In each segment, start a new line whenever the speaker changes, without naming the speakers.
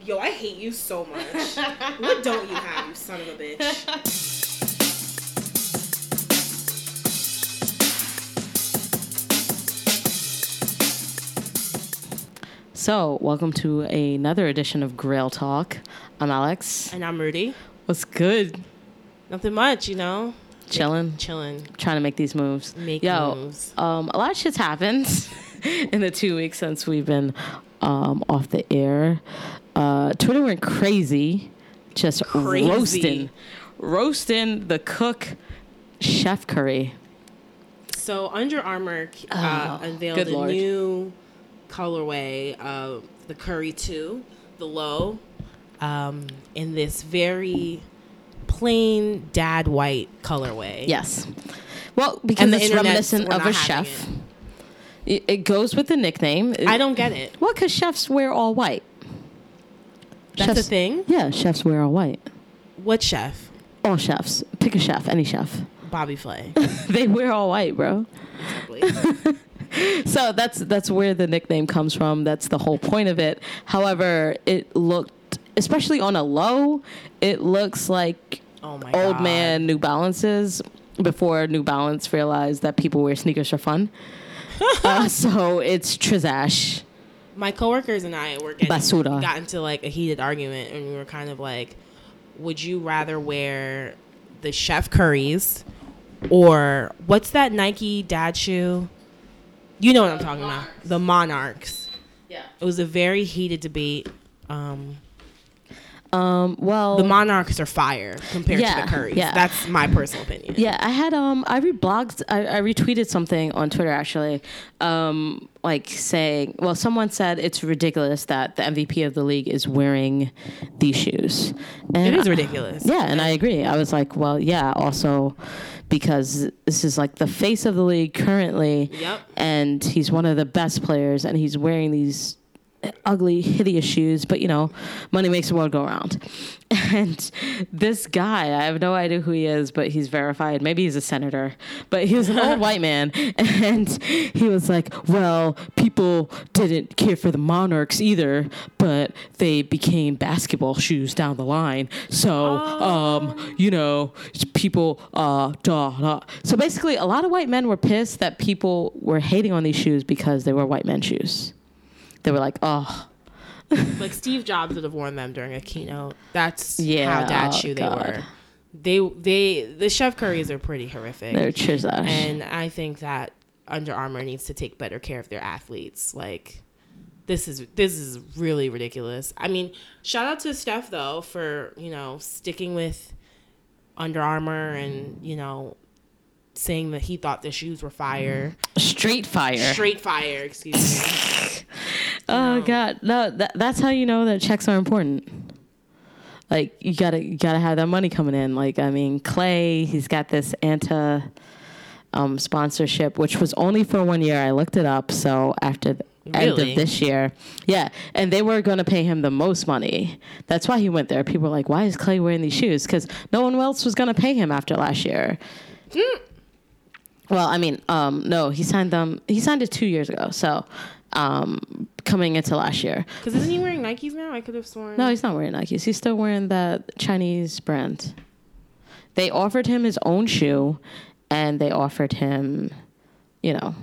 Yo, I hate you so much. what don't you have, you son of a bitch?
So, welcome to another edition of Grail Talk. I'm Alex.
And I'm Rudy.
What's good?
Nothing much, you know?
Chilling,
Chilling.
trying to make these moves.
Make
Yo,
moves.
Um, a lot of shit's happened in the two weeks since we've been um, off the air. Uh, Twitter went crazy, just
Crazy.
roasting, roasting the cook, Chef Curry.
So Under Armour uh,
Oh,
unveiled
good
a
Lord.
new colorway of the Curry 2, the low, um, in this very plain dad white colorway.
Yes. Well, because
the
it's
internet,
reminiscent
we're
of
not
a
having
chef. It. it goes with the nickname.
I don't get it.
Well, because chefs wear all white.
That's a
chefs,
thing?
Yeah, chefs wear all white.
What chef?
All chefs. Pick a chef, any chef.
Bobby Flay.
they wear all white, bro.
Exactly.
So that's that's where the nickname comes from. That's the whole point of it. However, it looked, especially on a low, it looks like
Oh my
old
God.
man New Balances before New Balance realized that people wear sneakers for fun. uh, so it's trizash.
my coworkers and I were getting
Basura.
got into like a heated argument, and we were kind of like, "Would you rather wear the chef curries or what's that Nike dad shoe? You know what I'm talking about? The Monarchs."
Yeah.
It was a very heated debate. Um,
Um. Well.
the Monarchs are fire compared
Yeah,
to the curries.
yeah.
That's my personal opinion.
Yeah, I had um I reblogged I, I retweeted something on Twitter actually. Um like saying well someone said it's ridiculous that the MVP of the league is wearing these shoes. And
It is
I-
ridiculous.
yeah, and I agree. I was like, well, yeah, also because this is like the face of the league currently.
Yep.
And he's one of the best players and he's wearing these ugly, hideous shoes, but you know, money makes the world go round. And this guy, I have no idea who he is, but he's verified. Maybe he's a senator, but he was an old white man. And he was like, Well, people didn't care for the monarchs either, but they became basketball shoes down the line. So,
Oh.
um, you know, people, uh, da, da. So basically, a lot of white men were pissed that people were hating on these shoes because they were white men's shoes. They were like, oh,
like Steve Jobs would have worn them during a keynote. That's
Yeah,
how dad
oh,
shoe they
God.
were. They they the chef curries are pretty horrific.
they're trizash.
and I think that Under Armour needs to take better care of their athletes. Like this is this is really ridiculous. I mean, shout out to Steph though for you know sticking with Under Armour and you know saying that he thought the shoes were fire,
Straight fire.
straight fire. Excuse me.
oh God, no, that, that's how you know that checks are important. Like you gotta, you gotta have that money coming in. Like I mean, Clay, he's got this Anta um, sponsorship, which was only for one year. I looked it up. So after the end
Really?
of this year, yeah, and they were gonna pay him the most money. That's why he went there. People were like, "Why is Clay wearing these shoes?" Because no one else was gonna pay him after last year. Well, I mean, um, no, he signed them. He signed it two years ago, so um, coming into last year.
Because isn't he wearing Nikes now? I could have sworn.
No, he's not wearing Nikes. He's still wearing the Chinese brand. They offered him his own shoe, and they offered him, you know,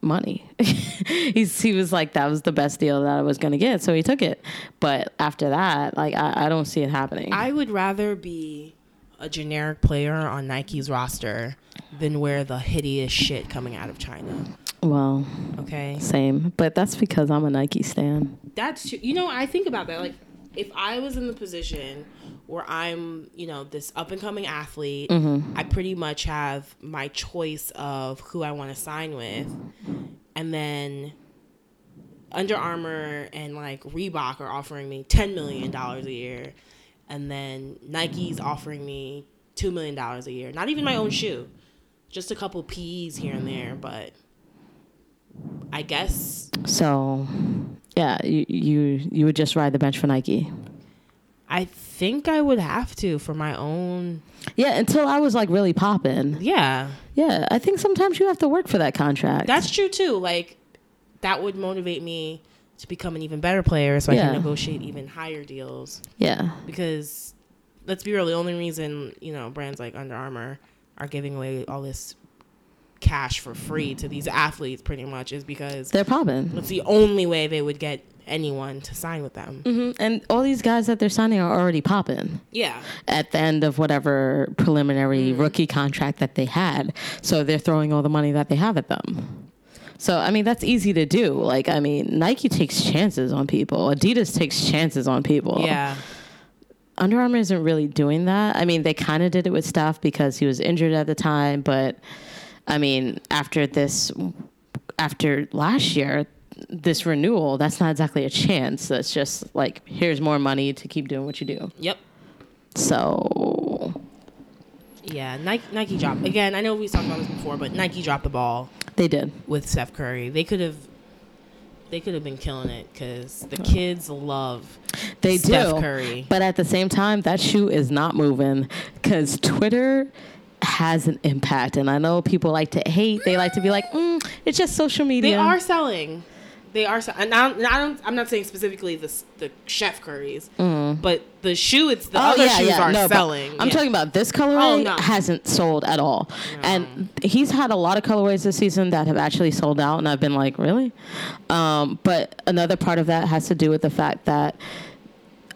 money. he's he was like that was the best deal that I was gonna get, so he took it. But after that, like I, I don't see it happening.
I would rather be a generic player on Nike's roster than wear the hideous shit coming out of China.
well,
Okay.
same, but that's because I'm a Nike stan.
That's true. You know, I think about that. Like, if I was in the position where I'm, you know, this up and coming athlete, I pretty much have my choice of who I want to sign with. And then Under Armour and like Reebok are offering me $10 million a year. And then Nike's offering me $2 million a year. Not even my own shoe, just a couple PEs here and there. But I guess
So, yeah, you, you you would just ride the bench for Nike.
I think I would have to for my own.
Yeah, until I was like really popping.
Yeah,
Yeah, I think sometimes you have to work for that contract.
that's true too. Like that would motivate me to become an even better player so I
Yeah.
can negotiate even higher deals.
Yeah.
Because let's be real, the only reason, you know, brands like Under Armour are giving away all this cash for free to these athletes pretty much is because
They're popping.
that's the only way they would get anyone to sign with them.
hmm And all these guys that they're signing are already popping
Yeah.
at the end of whatever preliminary rookie contract that they had. So they're throwing all the money that they have at them. So I mean that's easy to do. Like I mean Nike takes chances on people. Adidas takes chances on people.
Yeah.
Under Armour isn't really doing that. I mean, they kind of did it with Steph because he was injured at the time, but I mean, after this, after last year, this renewal, that's not exactly a chance. That's just like, here's more money to keep doing what you do.
Yep.
So,
Yeah, Nike, Nike dropped again. I know we talked about this before, but Nike dropped the ball
they did.
with Steph Curry. They could have, they could have been killing it because the kids love
They
Steph
do.
Curry.
But at the same time, that shoe is not moving because Twitter has an impact. And I know people like to hate, they like to be like, mm, it's just social media.
They are selling. They are. Sell- and I don't, and I don't. I'm not saying specifically the s- the Chef Curries,
Mm.
but the shoe. It's the other shoes are
Oh, No, but
selling.
I'm
Yeah.
talking about this colorway
Oh, no.
hasn't sold at all, and he's had a lot of colorways this season that have actually sold out, and I've been like, really? Um, but another part of that has to do with the fact that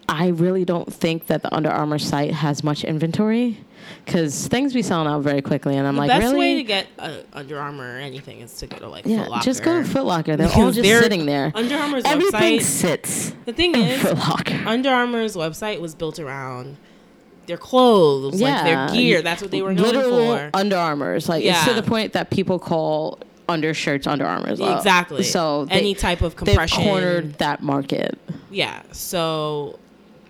I really don't think that the Under Armour site has much inventory because things be selling out very quickly, and I'm like,
Best
really?
way to get uh, Under Armour or anything is to go to like
yeah,
Foot Locker.
just go to Foot Locker. They're all
Because
just
they're-
sitting there.
Under Armour's
Everything
website.
sits
The thing
in
is,
Foot Locker.
Under Armour's website was built around their clothes, like their gear. That's what they were known
Literal
for.
Under Armours. Like it's to
Yeah.
the point that people call undershirts Under Armours. Uh,
exactly.
So they,
any type of
they've
compression,
cornered that market.
yeah. So,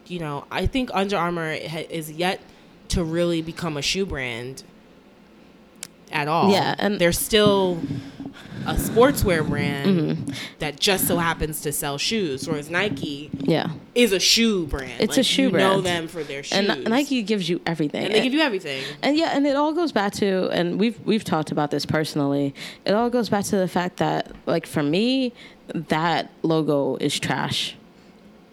you know, I think Under Armour ha- is yet to really become a shoe brand at all.
Yeah, and-
they're still a sportswear brand
Mm-hmm.
that just so happens to sell shoes, whereas Nike
Yeah.
is a shoe brand.
It's a shoe
you Know
brand.
them for their shoes,
And Nike gives you everything.
and they give you everything.
and yeah, and it all goes back to, and we've we've talked about this personally. It all goes back to the fact that, like for me, that logo is trash.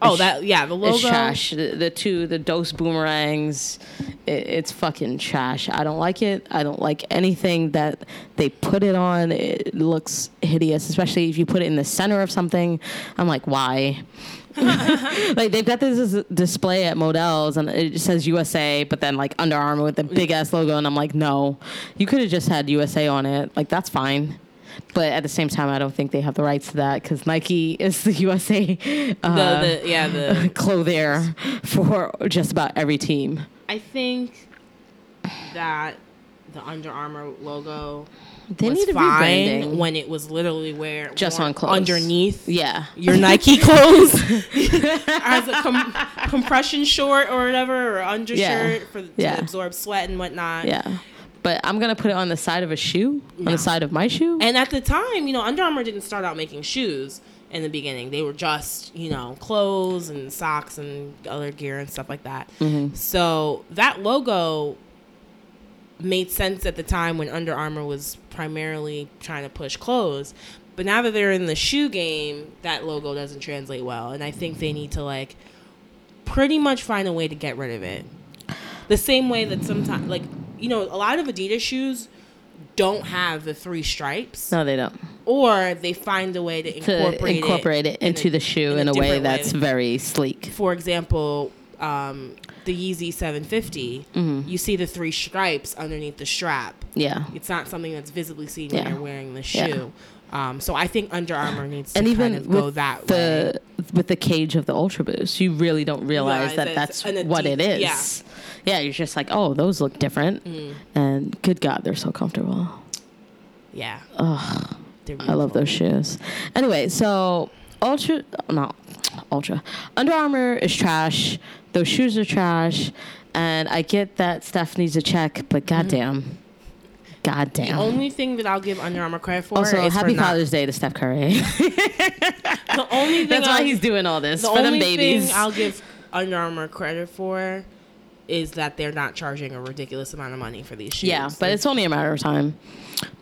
Oh, that yeah, the logo.
It's trash. The, the two, the Dose boomerangs, it, it's fucking trash. I don't like it. I don't like anything that they put it on. It looks hideous, especially if you put it in the center of something. I'm like, why? like they've got this dis- display at Models and it just says USA, but then like Under Armour with the big ass logo, and I'm like, no, you could have just had USA on it. Like that's fine. But at the same time, I don't think they have the rights to that because Nike is the USA. Uh,
The, the yeah the
clothier for just about every team.
I think that the Under Armour logo
They
was
need a
fine
rebranding.
when it was literally where
Just
worn
on clothes.
underneath
yeah.
your Nike clothes as a com- compression short or whatever or undershirt for to
Yeah.
absorb sweat and whatnot.
Yeah. But I'm going to put it on the side of a shoe, on the side of my shoe.
And at the time, you know, Under Armour didn't start out making shoes in the beginning. They were just, you know, clothes and socks and other gear and stuff like that. So that logo made sense at the time when Under Armour was primarily trying to push clothes. But now that they're in the shoe game, that logo doesn't translate well. And I think they need to, like, pretty much find a way to get rid of it. The same way that sometimes, like, you know, a lot of Adidas shoes don't have the three stripes
no, they don't.
or they find a way to
To
incorporate,
incorporate, it,
in
into
a-
the shoe in,
a
a, way
different
that's very sleek.
For example, um, the Yeezy 750,
Mm-hmm.
you see the three stripes underneath the strap.
Yeah.
It's not something that's visibly seen
Yeah.
when you're wearing the
Yeah.
shoe. Um, so I think Under Armour needs to
And even
kind of
with
go that way.
the with the cage of the Ultra Boost, you really don't realize
Realize
that
that
that's
it's an
what it
Adidas-
is.
yeah. Mm.
Yeah, you're just like, oh, those look different, and good God, they're so comfortable.
Yeah. They're
I love those shoes. Anyway, so Ultra, not Ultra, Under Armour is trash. Those shoes are trash, and I get that Steph needs a check, but goddamn,
The
goddamn.
Mm-hmm. only thing that I'll give Under Armour credit for
also,
is
happy
for not.
Father's Day to Steph Curry.
The only thing
That's why
I'll-
he's doing all this
the
for them
only
babies.
thing I'll give Under Armour credit for is that they're not charging a ridiculous amount of money for these shoes.
Yeah, but it's only a matter of time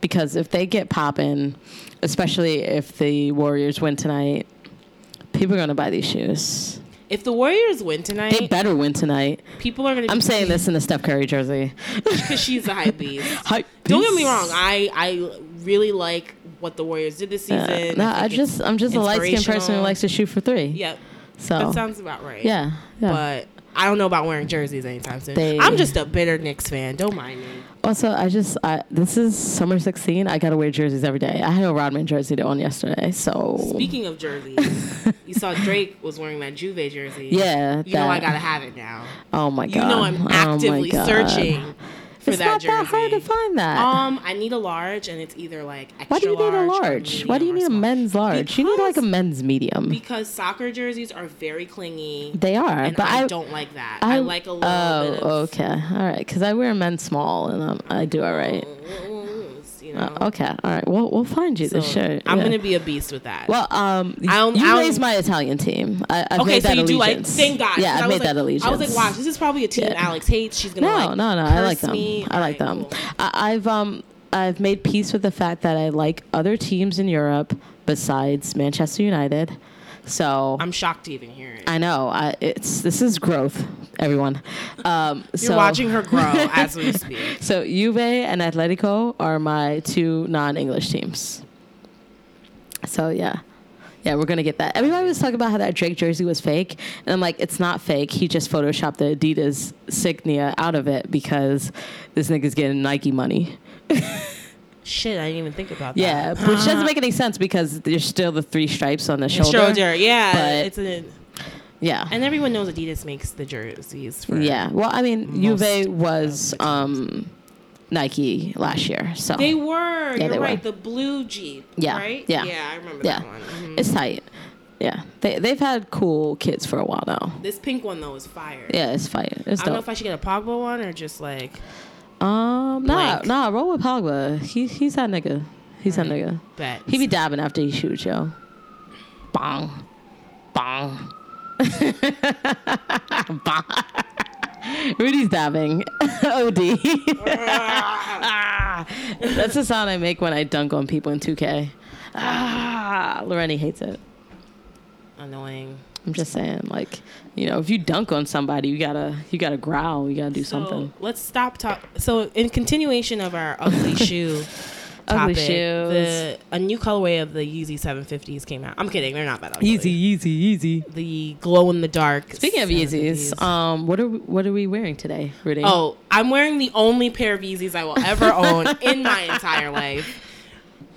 because if they get popping, especially if the Warriors win tonight, People are gonna buy these shoes.
If the Warriors win tonight,
They better win tonight.
people are gonna.
I'm saying this in a Steph Curry jersey.
because she's a hype beast.
Hype
Don't get me
beast.
wrong. I I really like what the Warriors did this season.
Uh, no, I
think it's
just I'm just a light skinned person who
inspirational.
likes to shoot for three.
Yep,
So
that sounds about right.
yeah, yeah.
but I don't know about wearing jerseys anytime soon.
They-
I'm just a bitter Knicks fan. Don't mind me.
Also, I just I, this is summer 16. I gotta wear jerseys every day. I had a Rodman jersey to on yesterday, so
Speaking of jerseys, you saw Drake was wearing that Juve jersey.
yeah.
You know I
that-
gotta have it now.
Oh my god!
You know I'm
Oh my
actively
God.
searching for
it's
that
not
jersey.
that hard to find that.
Um, I need a large, and it's either like extra
Why do you need a
or
large? Why do you
medium
need
or
a
small.
men's large? you need like a
Because-
men's medium.
Because soccer jerseys are very clingy.
they are,
and
but
I,
I,
don't like that. I, like a little
Oh,
bit of
okay, all right. Because I wear a men's small, and um, I do all right.
you know.
Uh, okay, all right. We'll we'll find you the
So,
shirt.
I'm
yeah.
gonna be a beast with that.
Well, um,
I don't-
you
I don't-
raised my Italian team. I, I've
okay,
made
so
that
you do like
allegiance.
thank God.
Yeah,
'cause
I,
was
made
like,
that allegiance.
I was like, wow, this is probably a team
Yeah.
Alex hates. She's gonna
No,
like
no, no. I like
curse
them.
me.
I like them.
Alright, cool.
I, I've um, I've made peace with the fact that I like other teams in Europe besides Manchester United. So
I'm shocked to even hear it.
I know I, it's this is growth, everyone. Um,
You're
so,
watching her grow as we speak.
So Juve and Atletico are my two non-English teams. So yeah. Yeah, we're gonna get that. Everybody was talking about how that Drake jersey was fake, and I'm like, it's not fake. He just photoshopped the Adidas signia out of it because this nigga's getting Nike money.
Shit, I didn't even think about that.
Yeah, which doesn't make any sense because there's still the three stripes on the shoulder.
Schroeder, yeah,
But-
it's a,
Yeah,
and everyone knows Adidas makes the jerseys. For,
yeah. Well, I mean,
Most
Juve was um, Nike last year, so
they were. you're
they were.
right. The blue Jeep.
Yeah,
right.
yeah.
yeah. I remember
yeah,
that one. Mhm.
it's tight. Yeah, they they've had cool kids for a while now.
This pink one though is fire.
Yeah, it's fire. It's
I don't know
dope.
if I should get a Pogba one or just like
Um, nah,
Blank.
nah, roll with Pogba. He he's that nigga. He's that nigga.
bet.
He be dabbing after he shoots, yo. Bong, bong, bong. Rudy's dabbing. Od. Ah, that's the sound I make when I dunk on people in 2K. Ah, Loreni hates it.
annoying.
I'm just saying, like, you know, if you dunk on somebody, you gotta you gotta growl. You gotta do something.
So let's stop talk. So in continuation of our ugly shoe.
Ugly
Topic,
shoes.
The, a new colorway of the Yeezy 750s came out. I'm kidding, they're not that ugly.
easy, easy.
The glow in the dark.
Speaking of Yeezys, um, what are we, what are we wearing today, Rudy?
oh, I'm wearing the only pair of Yeezys I will ever own in my entire life.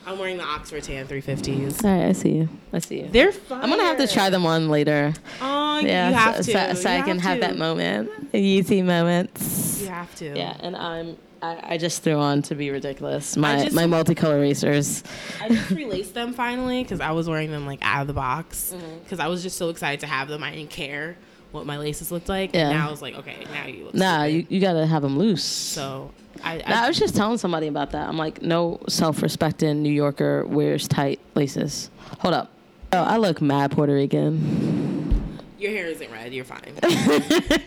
I'm wearing the Oxford Tan 350s.
all right, I see you. I see you.
They're fire.
I'm gonna have to try them on later.
Oh,
Yeah,
you have
so,
to.
so, so
You
I can have
to.
that moment, Yeezy moments.
You have to.
Yeah, and I'm I, I just threw on to be ridiculous my
just-
my multicolor racers.
I just relaced them finally because I was wearing them like out of the box
Mm-hmm.
because I was just so excited to have them. I didn't care what my laces looked like.
Yeah.
And now I was like, okay, now you look.
Nah,
stupid.
you, you gotta have them loose.
So I,
Nah, I
I
was just telling somebody about that. I'm like, no self-respecting New Yorker wears tight laces. Hold up. Oh, I look mad Puerto Rican.
your hair isn't red. You're fine.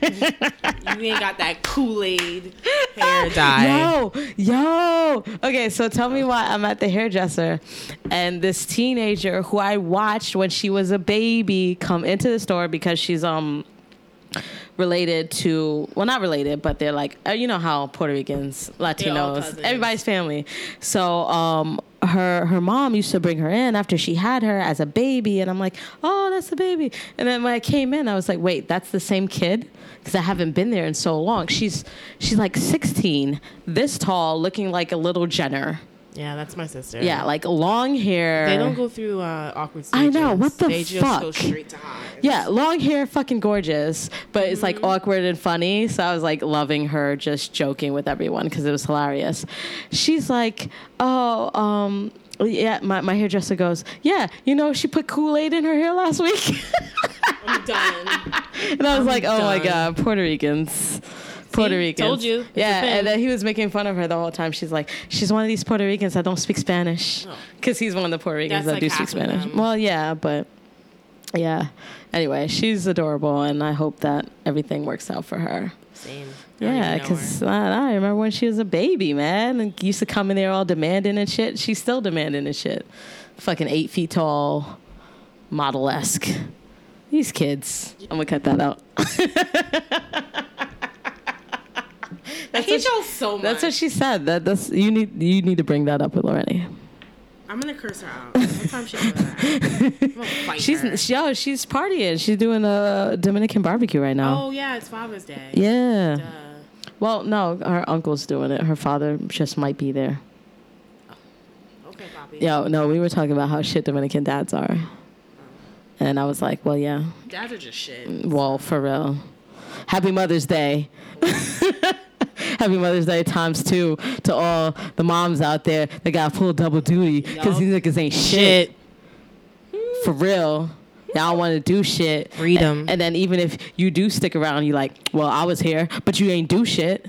you ain't got that Kool Aid hair dye.
Yo, yo. Okay, so tell me why I'm at the hairdresser and this teenager who I watched when she was a baby come into the store because she's um related to well not related but they're like uh, you know how Puerto Ricans
They're all
Latinos
cousins.
everybody's family so um her her mom used to bring her in after she had her as a baby and I'm like oh that's the baby and then when I came in I was like wait that's the same kid because I haven't been there in so long she's she's like 16 this tall looking like a little Jenner
Yeah, that's my sister.
yeah like long hair
They don't go through uh, awkward
I
stages.
know, what the
They just go
fuck?
straight to high.
Yeah, long hair, fucking gorgeous, but it's like awkward and funny. So I was like loving her, just joking with everyone because it was hilarious. She's like, oh, um, yeah, my, my hairdresser goes, yeah, you know, she put Kool Aid in her hair last week.
I'm done.
and I was like, oh my
done.
God, Puerto Ricans. Puerto Ricans.
told you. It's a
Yeah,
thing.
and then he was making fun of her the whole time. She's like, she's one of these Puerto Ricans that don't speak Spanish.
Oh.
Because he's one of the Puerto Ricans
That's
that
like
do speak
half of
Spanish.
them.
Well, yeah, but yeah. Anyway, she's adorable, and I hope that everything works out for her.
Same. I don't
Yeah,
even know her.
because I, I remember when she was a baby, man, and used to come in there all demanding and shit. She's still demanding and shit. Fucking eight feet tall, model esque. These kids. I'm gonna cut that out.
I hate y'all so much.
That's what she said. That that's you need you need to bring that up with Lorraine.
I'm gonna curse her out. Sometimes she does that. I'm gonna fight
She's
her.
she, yo, she's partying. She's doing a Dominican barbecue right now.
Oh yeah, it's Father's Day.
yeah.
Uh,
Well, no, her uncle's doing it. Her father just might be there.
okay, Bobby.
Yo, no, we were talking about how shit Dominican dads are. And I was like, well, yeah.
Dads are just shit.
Well, for real. Happy Mother's Day. Happy Mother's Day times two to all the moms out there that got full double duty because
Yup.
these niggas ain't shit. For real. Y'all want to do shit.
Freedom.
And, and then even if you do stick around, you like, well, I was here, but you ain't do shit.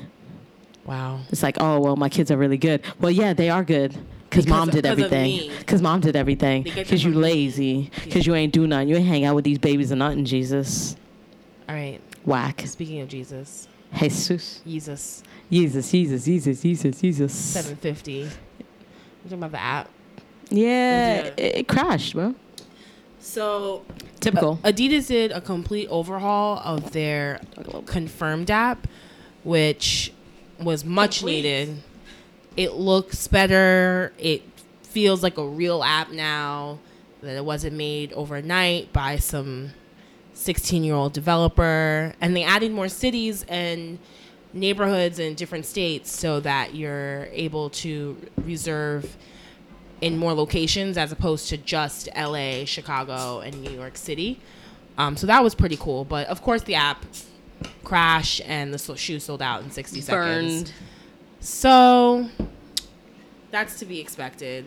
Wow.
It's like, oh, well, my kids are really good. Well, yeah, they are good. Because mom did
'cause of
everything.
me.
Because mom did everything.
They get
Because you
from me.
lazy. Because you ain't do nothing. You ain't hang out with these babies and nothing, Jesus.
All right.
Whack.
Speaking of Jesus,
Jesus.
Jesus,
Jesus, Jesus, Jesus, Jesus, Jesus.
750. I'm talking about the app.
Yeah,
Yeah.
It, it crashed, bro.
So
Typical.
Adidas did a complete overhaul of their confirmed app, which was much
Complete.
needed. It looks better. It feels like a real app now that it wasn't made overnight by some 16 year old developer. And they added more cities and neighborhoods in different states so that you're able to reserve in more locations as opposed to just LA, Chicago, and New York City. Um, so that was pretty cool. But of course, the app crashed and the so- shoe sold out in 60 seconds. So that's to be expected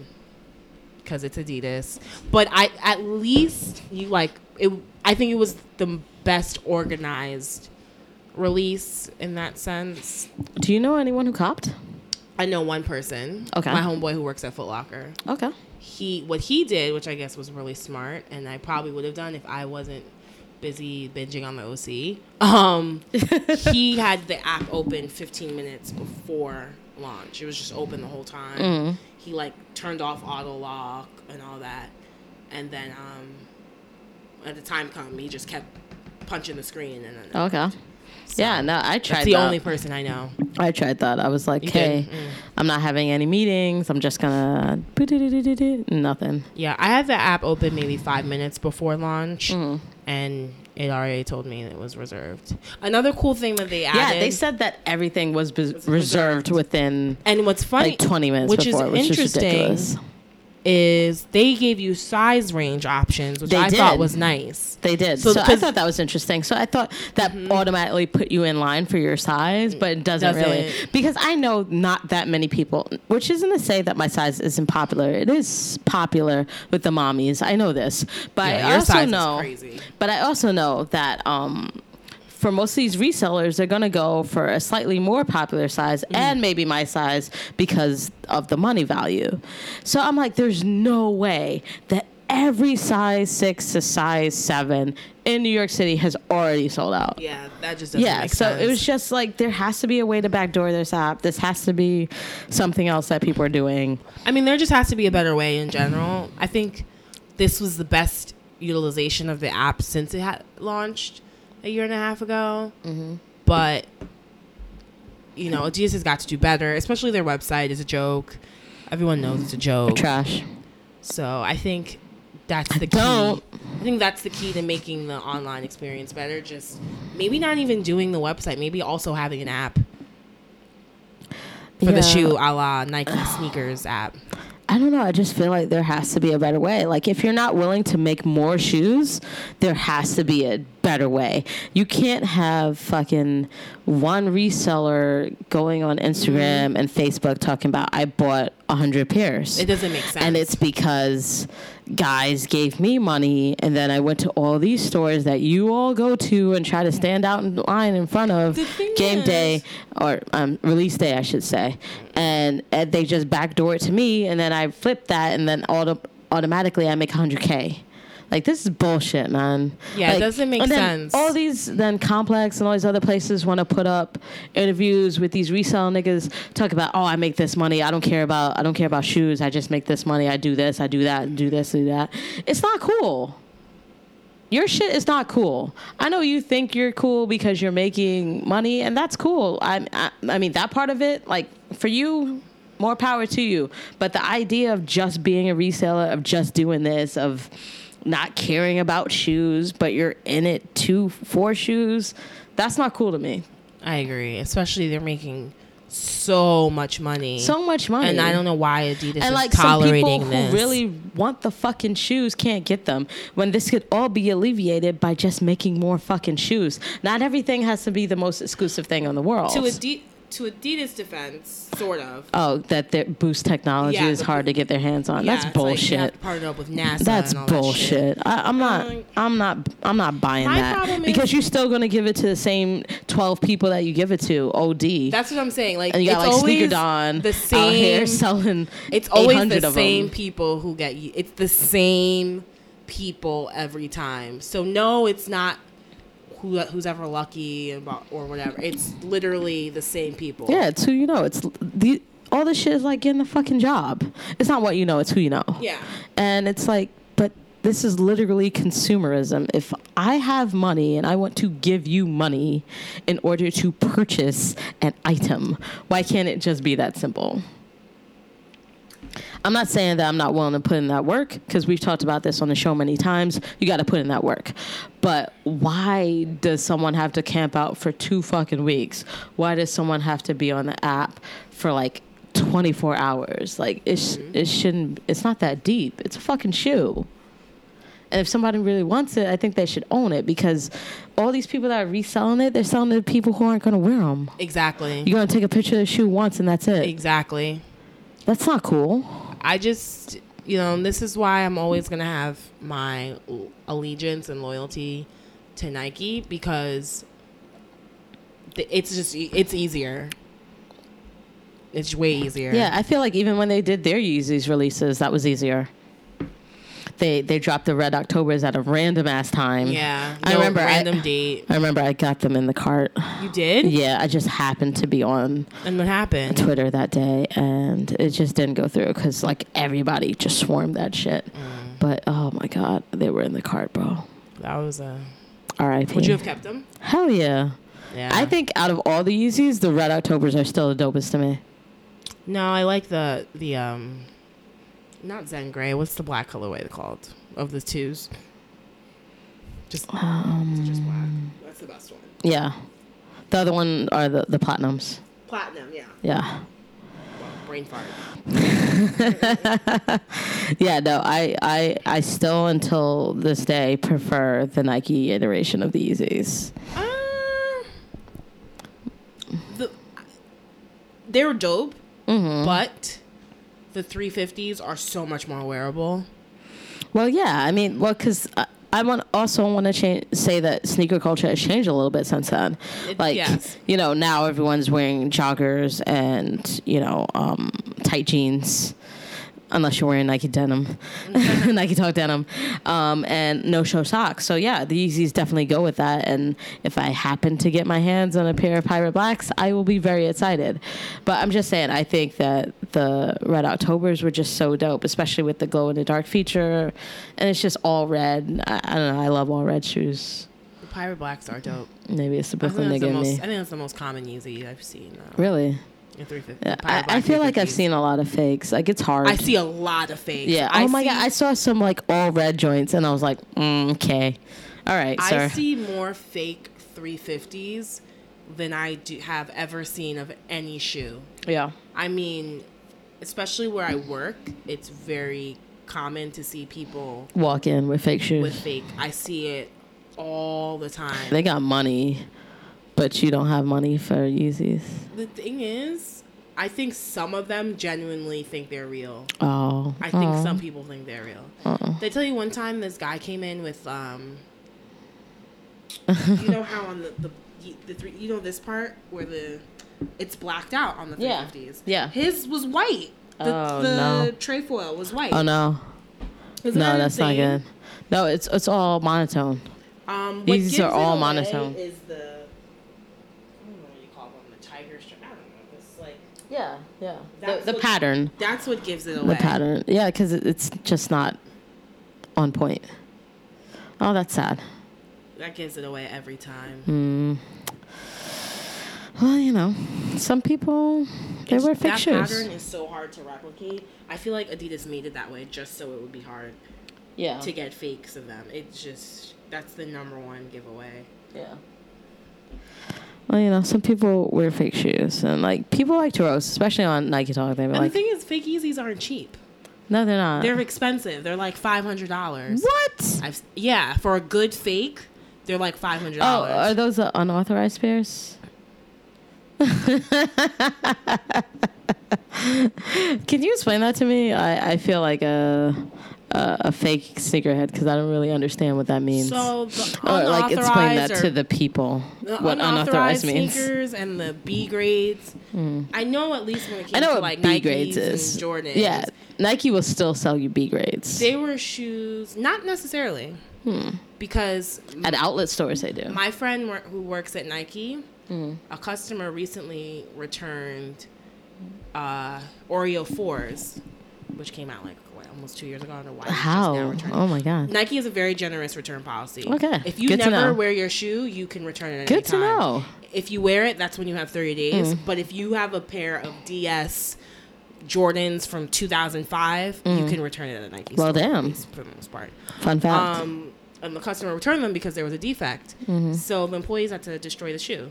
because it's Adidas. But I at least you like it. I think it was the best organized release in that sense.
Do you know anyone who copped?
I know one person.
Okay.
My homeboy who works at Foot Locker
Okay.
he what he did, which I guess was really smart, and I probably would have done if I wasn't busy binging on the OC. Um, he had the app open 15 minutes before launch. It was just open the whole time.
Mm-hmm.
He like turned off auto lock and all that, and then um, at the time come, he just kept punching the screen. And then,
Okay. yeah, no, I Oh, tried
that's the
that.
only person I know.
I tried that. I was like,
You
hey,
did? Mm.
I'm not having any meetings. I'm just going to nothing.
Yeah, I had the app open maybe five minutes before launch,
Mm-hmm.
and it already told me it was reserved. Another cool thing that they added.
Yeah, they said that everything was bes- reserved within
And what's funny,
like 20 minutes
which
before,
is
which is
interesting,
ridiculous.
is they gave you size range options, which
They
I thought
did.
was nice.
They did. So,
So
I
because- Mm-hmm.
thought that was interesting. So I thought that automatically put you in line for your size, but it doesn't,
Doesn't.
really. Because I know not that many people, which isn't to say that my size isn't popular. It is popular with the mommies. I know this. But
Yeah,
I
your
also
size is
know
crazy.
But I also know that um for most of these resellers, they're going to go for a slightly more popular size
Mm.
and maybe my size because of the money value. So I'm like, there's no way that every size six to size seven in New York City has already sold out.
Yeah, that just doesn't
Yeah,
make
so
sense.
it was just like there has to be a way to backdoor this app. This has to be something else that people are doing.
I mean, there just has to be a better way in general. I think this was the best utilization of the app since it had launched a year and a half ago.
Mm-hmm.
But you know, Adidas has got to do better. Especially their website is a joke. Everyone knows it's a joke.
Trash.
So I think that's the key.
don't.
I think that's the key to making the online experience better. Just maybe not even doing the website. Maybe also having an app for
Yeah.
the shoe, a la Nike sneakers app.
I don't know. I just feel like there has to be a better way. Like if you're not willing to make more shoes, there has to be a better way. You can't have fucking one reseller going on Instagram and Facebook talking about I bought a hundred pairs.
It doesn't make sense.
And it's because guys gave me money, and then I went to all these stores that you all go to and try to stand out in line in front of
The thing
game day
is-
or um, release day, I should say. And, and they just backdoor it to me, and then I flip that, and then auto- automatically I make 100K. Like this is bullshit, man.
Yeah, it
Like,
doesn't make
and then
sense.
All these then complex and all these other places want to put up interviews with these resale niggas talk about oh I make this money I don't care about I don't care about shoes I just make this money I do this I do that do this do that. It's not cool. your shit is not cool. I know you think you're cool because you're making money, and that's cool. I, I, I mean, that part of it, like for you, more power to you. But the idea of just being a reseller, of just doing this, of not caring about shoes, but you're in it to for shoes, that's not cool to me.
I agree. Especially they're making so much money.
So much money.
and I don't know why Adidas
and
is
like
tolerating
some people
this.
who really want the fucking shoes can't get them when this could all be alleviated by just making more fucking shoes not everything has to be the most exclusive thing in the world
to Adi- to Adidas defense, sort of.
oh that their boost technology
Yeah,
is
the
hard to get their hands on
Yeah,
that's
it's Like you have
bullshit
to partner up with NASA.
that's
and all that shit.
bullshit. I, I'm not.
Like-
I'm not. I'm not buying
My
that
problem
because
is-
you're still gonna give it to the same twelve people that you give it to. Od.
That's what I'm saying. Like
and you
it's
got like
always
sneaker don
the
out here
same.
selling.
It's always
800
the
of 'em.
same people who get you. It's the same people every time. So no, it's not who who's ever lucky and bo- or whatever. It's literally the same people.
Yeah, it's who you know. It's the all this shit is like getting a fucking job. It's not what you know, it's who you know.
Yeah.
And it's like, but this is literally consumerism. If I have money and I want to give you money in order to purchase an item, why can't it just be that simple? I'm not saying that I'm not willing to put in that work because we've talked about this on the show many times. You got to put in that work. But why does someone have to camp out for two fucking weeks? Why does someone have to be on the app for like 24 hours? Like, it, sh- it shouldn't, it's not that deep. It's a fucking shoe. And if somebody really wants it, I think they should own it because all these people that are reselling it, they're selling it to people who aren't going to wear them.
Exactly.
You're going to take a picture of the shoe once and that's it.
Exactly.
That's not cool.
I just, you know, and this is why I'm always going to have my l- allegiance and loyalty to Nike because th- it's just, e- it's easier. It's way easier.
Yeah, I feel like even when they did their Yeezys releases, that was easier. They they dropped the Red Octobers at a random ass time.
Yeah.
I
No
remember I-
Random date.
I remember I got them in the cart.
You did?
Yeah, I just happened to be on
And what happened?
Twitter that day, and it just didn't go through because like everybody just swarmed that shit. But oh my god, they were in the cart, bro.
Mm. That was a.
R.I.P.
Would you have kept them?
Hell yeah.
Yeah.
I think out of all the Yeezys, the Red Octobers are still the dopest to me.
No, I like the, the, um, not Zen Gray. What's the black colorway called of the twos? Just,
Um,
just black. That's the best one.
yeah. The other one are the, the platinums.
Platinum, yeah.
Yeah.
brain fart.
Yeah, no, I, I, I still until this day prefer the Nike iteration of the Yeezys.
the, they were dope,
Mm-hmm.
but the 350s are so much more wearable.
Well, yeah, I mean, well, because I, I want also want to change, say that sneaker culture has changed a little bit since then.
It-
like,
yes.
you know, now everyone's wearing joggers and you know um, tight jeans. Unless you're wearing Nike denim,
Mm-hmm.
Nike Talk denim, um, and no show socks. So, yeah, the Yeezys definitely go with that. And if I happen to get my hands on a pair of Pirate Blacks, I will be very excited. But I'm just saying, I think that the Red Octobers were just so dope, especially with the glow in the dark feature. And it's just all red. I, I don't know. I love all red shoes.
The Pirate Blacks are dope.
Maybe it's the
I think,
Brooklyn
that's the
nigga in
most, I
me.
think that's the most common Yeezy I've seen. Uh,
Really?
in 350.
Yeah,
Pirate
I,
Black
I feel like I've
350s.
seen a lot of fakes. Like it's hard.
I see a lot of fakes.
Yeah.
I
oh my
see,
god, I saw some like all red joints, and I was like, mm, okay, all right,
I
sir.
see more fake 350s than I do have ever seen of any shoe.
yeah.
I mean, especially where I work, it's very common to see people
Walk in with fake shoes.
with fake. I see it all the time.
they got money, but you don't have money for Yeezys.
the thing is, I think some of them genuinely think they're real.
Oh.
I think
oh.
some people think they're real.
Uh-uh.
They tell you one time this guy came in with um you know how on the, the the three you know this part where the it's blacked out on the
Yeah.
350s.
Yeah.
His was white. The,
Oh,
the
no.
trefoil was white.
Oh no.
Isn't
No,
that
that's not
insane?
good. No, it's it's all monotone.
Um,
These
gives
are
it
all
away
monotone.
Is the I don't know what you call them, the tiger strip. I don't know. It's like
Yeah, yeah. The,
That's
the
what-
pattern.
that's what gives it
The
away.
pattern. Yeah, because it, it's just not on point. Oh, that's sad.
That gives it away every time.
Hmm. Well, you know, some people they
It's-
wear fake
that
shoes.
pattern is so hard to replicate. I feel like Adidas made it that way just so it would be hard
Yeah.
to get fakes of them. It's just that's the number one giveaway.
Yeah. Well, you know, some people wear fake shoes, and like people like to roast, especially on Nike Talk. They be
And
like,
the thing is, fake Yeezys aren't cheap.
"No, they're not."
They're expensive. They're like five hundred dollars.
what?
I've yeah, for a good fake, they're like five hundred
Oh,
dollars.
are those the unauthorized pairs? Can you explain that to me? I, I feel like a a, a fake sneakerhead because I don't really understand what that means.
so the
or like explain that
unauthorized Uh,
to
are-
the people
the
what unauthorized means. Hmm.
sneakers and the B grades. I know at least when it came
I know
to
what
like
B
Nikes
grades
and
is.
Jordans.
Yeah, Nike will still sell you B grades.
They were shoes, not necessarily,
Hmm.
because
At outlet stores, they do.
my friend wor- who works at Nike,
Mm.
a customer recently returned uh, Oreo fours, which came out like what, almost two years ago. I don't know why. they just now
How?
returned
Oh my god.
Nike has a very generous return policy.
Okay.
If you
Good to
never
know.
wear your shoe, you can return it. At any
Good to
time.
know. Mm.
If you wear it, that's when you have 30 days. But if you have a pair of DS Jordans from 2005, you can return it at a Nike
Mm. Well,
store. at
damn.
least For the most part.
Fun fact.
Um, and the customer returned them because there was a defect.
Mm-hmm.
So the employees had to destroy the shoe.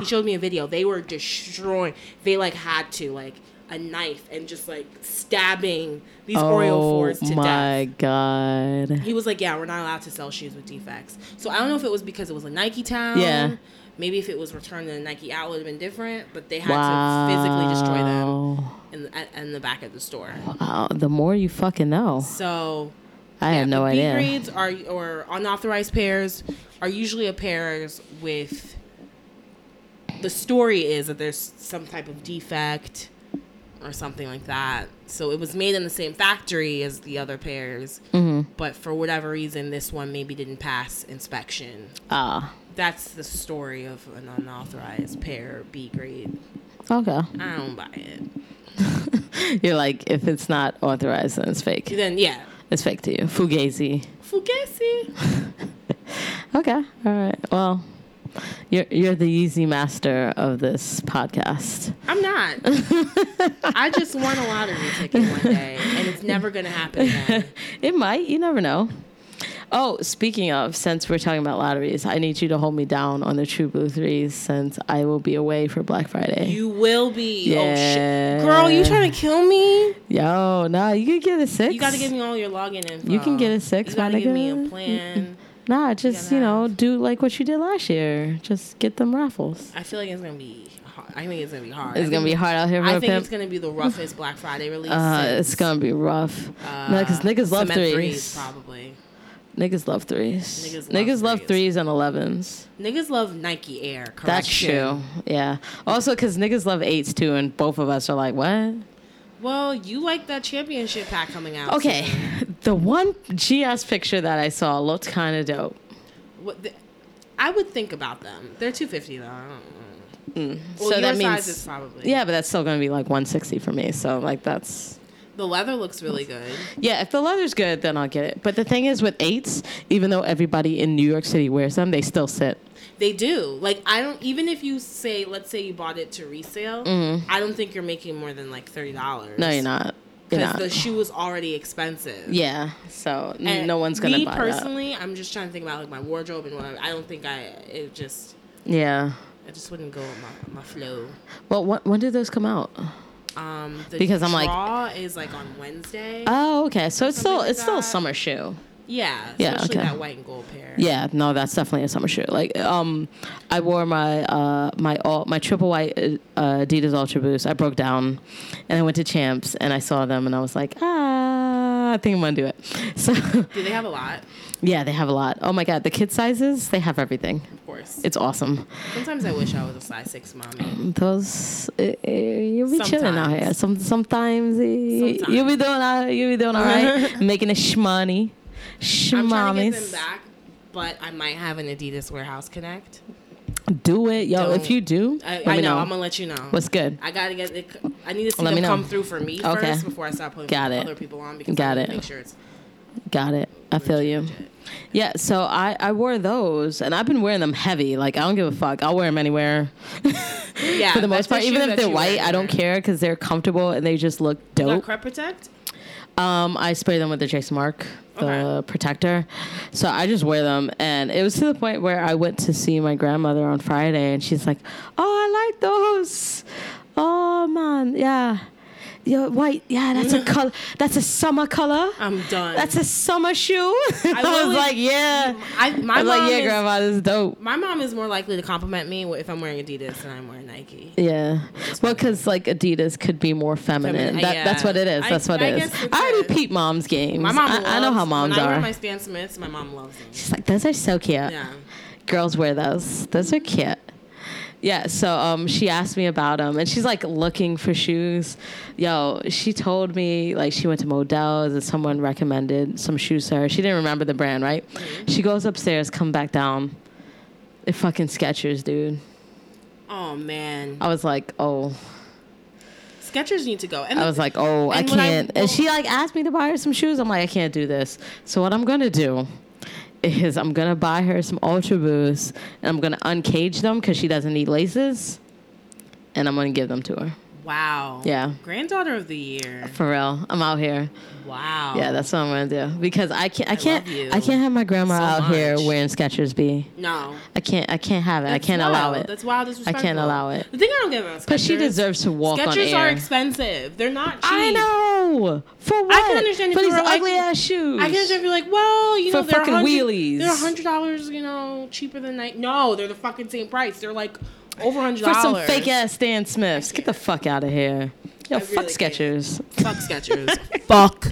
He showed me a video. They were destroying. They like had to like a knife and just like stabbing these Oreo fours to death.
Oh my god.
He was like, "Yeah, we're not allowed to sell shoes with defects." So I don't know if it was because it was a Nike town.
Yeah.
Maybe if it was returned to a Nike outlet, would have been different. But they had
Wow.
to physically destroy them in the, at- in the back of the store.
Wow, the more you fucking know.
So
I had no
the B
idea.
grades are or unauthorized pairs are usually a pairs with. The story is that there's some type of defect or something like that. So it was made in the same factory as the other pairs,
Mm-hmm.
but for whatever reason, this one maybe didn't pass inspection.
Ah,
That's the story of an unauthorized pair B grade.
okay.
I don't buy it.
You're like, if it's not authorized, then it's fake.
Then yeah,
It's fake to you. Fugazi.
Fugazi.
Okay. All right. Well, you're you're the easy master of this podcast.
I'm not. I just won a lottery ticket one day, and it's never gonna happen again.
It might. You never know. Oh, speaking of, since we're talking about lotteries, I need you to hold me down on the True Blue threes since I will be away for Black Friday.
You will be. Oh shit,
Yeah.
girl, you trying to kill me?
Yo, nah, you could get a six.
You gotta give me all your login info.
You can get a six,
You gotta
my
give me a
nigga.
plan.
Nah, just
gotta
you know,
have-
do like what you did last year. Just get them raffles.
I feel like it's gonna be. Hard. I think it's gonna be hard. I
It's gonna be
think-
hard out here for
I
a
think
pimp.
it's gonna be the roughest Black Friday release.
Uh,
since,
it's gonna be rough. no, because
uh,
niggas love
cement
threes.
Probably
Niggas love threes.
Niggas
Niggas
love
love,
threes.
threes and elevens.
niggas love Nike Air. Correction.
That's true. Yeah. Also, because niggas love eights too, and both of us are like, what?
Well, you like that championship pack coming out.
Okay. The one GS picture that I saw looked kind of dope.
soon. What the, I would think about them. They're two fifty though. I don't know. Well,
Mm. so
your
that means
size is probably.
yeah, but that's still gonna be like 160 for me. So like that's
The leather looks really good.
Yeah, if the leather's good, then I'll get it. But the thing is, with eights, even though everybody in New York City wears them, they still sit.
They do. Like I don't even if you say let's say you bought it to resale, I don't think you're making more than like thirty dollars.
Mm-hmm. No, you're not. You're
Because
not.
the shoe is already expensive.
yeah, so n-
And
no one's gonna
me
buy that.
personally, I'm just trying to think about like my wardrobe and what I, I don't think I it just
Yeah.
I just wouldn't go with my, my flow.
Well, wh- when did those come out?
Um, the
Because I'm like-
draw is like on Wednesday.
Oh, okay. So it's
Something
still
like
it's still a
that.
summer shoe.
yeah,
yeah,
especially
okay.
that white and gold pair.
Yeah, no, that's definitely a summer shoe. Like, um, I wore my uh my all my triple white uh, Adidas Ultra Boost. I broke down, and I went to Champs and I saw them and I was like, ah, I think I'm gonna do it. So
Do they have a lot?
Yeah, they have a lot. Oh my god, the kid sizes, they have everything.
Of course.
It's awesome.
Sometimes I wish I was a size six mommy.
Those eh, eh, you'll be chilling out
Sometimes.
here. Some sometimes, eh, you'll be doing all, you'll be doing all right, making a
I'm trying to
shmoney,
get them
shmommies.
back, but I might have an Adidas Warehouse Connect.
Do it, yo.
Don't.
If you do,
I,
let
I
me
know,
know.
I'm gonna let you know.
What's good?
I gotta get it. I need to see
Let me
them
know.
come through for me
Okay.
first before I start putting
Got it.
other people on because
Got
I
it.
Make sure it's
Got it. I feel you. Yeah, so I, I wore those and I've been wearing them heavy. Like, I don't give a fuck. I'll wear them anywhere
Yeah,
for the
that's
most part.
a shoe
Even if
that
they're
you wear
white, I don't
anywhere.
care because they're comfortable and they just look
Not
dope.
Crep Protect?
Um, I spray them with the Jason Mark, the
Okay.
protector. So I just wear them, and it was to the point where I went to see my grandmother on Friday, and she's like, "Oh, I like those. Oh man, yeah, yeah, white. Yeah, that's a color. That's a summer color.
I'm done.
That's a summer shoe." I,
will-
was like, "Yeah."
I, my mom
I'm like, "Yeah,
is,
grandma, this is dope."
My mom is more likely to compliment me if I'm wearing Adidas than I'm wearing Nike.
Yeah. Well, because like Adidas could be more feminine.
Feminine,
That,
yeah.
That's what it is.
I-
That's what
I
it is.
guess it
I already
is.
peep mom's games.
My mom.
I,
loves,
I know how moms
when I
are.
wear my Stan Smiths. My mom loves them.
She's like, those are so cute.
Yeah.
Girls wear those. Those are cute. Yeah, so um, she asked me about them, and she's like looking for shoes. Yo, she told me like she went to Modell's and someone recommended some shoes to her. She didn't remember the brand, right? She goes upstairs, come back down. They're fucking Skechers, dude.
Oh man,
I was like, oh.
Skechers need to go. And
I was like, oh, I
And when I-
can't. and she like asked me to buy her some shoes. I'm like, I can't do this. So what I'm gonna do is I'm gonna buy her some Ultra Boosts and I'm gonna uncage them because she doesn't need laces, and I'm gonna give them to her.
wow.
Yeah.
Granddaughter of the year.
For real, I'm out here.
Wow.
Yeah, that's what I'm gonna do because I can't. I can't.
Oh. love you
I, can't have my grandma
so
out here
much.
wearing Skechers. B.
No.
I can't. I can't have it. I
That's
can't allow
wild.
it.
That's wild.
I
Disrespectful.
can't allow it.
The thing I don't get about Skechers.
But she deserves to walk on
Skechers
air.
are expensive. They're not cheap.
I know. For what?
understand if
For
you
these
were, like-
ugly ass shoes.
I can just be like, well, you know,
For
they're
fucking
100
wheelies.
They're hundred dollars, you know, cheaper than night. No, they're the fucking same price. They're like over hundred
For
dollars
some fake ass Stan Smiths. Get the fuck out of here. Yo,
I
fuck
really can't.
Skechers.
Fuck Skechers. Fuck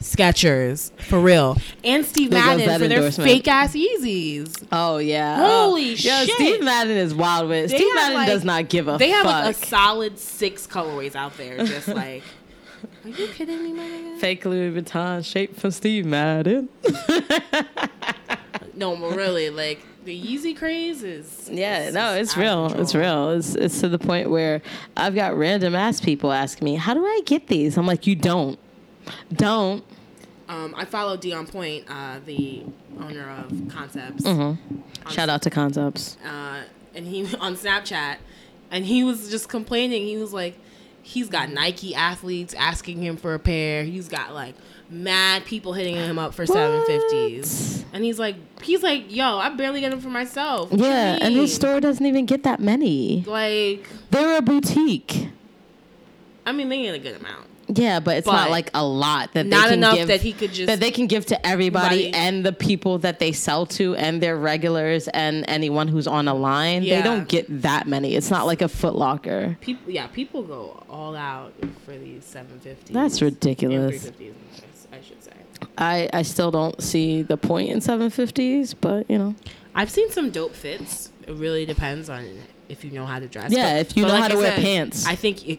Skechers for real. And Steve
There goes
Madden
that
for their
endorsement.
fake ass Yeezys.
Oh yeah.
Holy
Oh.
shit.
Yo, Steve Madden is wild with.
They
Steve
have,
Madden
like-
does not give a
They have
fuck.
like a solid six colorways out there. Just like, are you kidding me, my nigga?
Fake Louis Vuitton shape from Steve Madden.
No, but really, like the Yeezy craze is.
Yeah,
is-
no,
is out
it's
of
real.
control.
It's real. It's it's to the point where I've got random ass people asking me, "How do I get these?" I'm like, "You don't, don't."
Um, I follow Dion Point, uh, the owner of Concepts.
Mm-hmm. Shout out to Concepts.
uh, and he on Snapchat, and he was just complaining. He was like, he's got Nike athletes asking him for a pair. He's got like mad people hitting him up for seven fifties, and he's like, he's like, yo, I barely get them for myself. What you
Yeah, and
mean?
his store doesn't even get that many.
like,
They're a boutique.
I mean, they get a good amount.
Yeah, but it's
But
not like a lot that they
not
can
enough
give,
that he could just-
that they can give to everybody
Everybody.
and the people that they sell to and their regulars and anyone who's on a line.
Yeah.
They don't get that many. It's not like a Foot Locker.
People, yeah, people go all out for these seven fifties.
That's ridiculous.
I should say.
I I still don't see the point in 750s, but you know,
I've seen some dope fits. It really depends on if you know how to dress.
Yeah, if you know how to
I
wear pants.
I think you,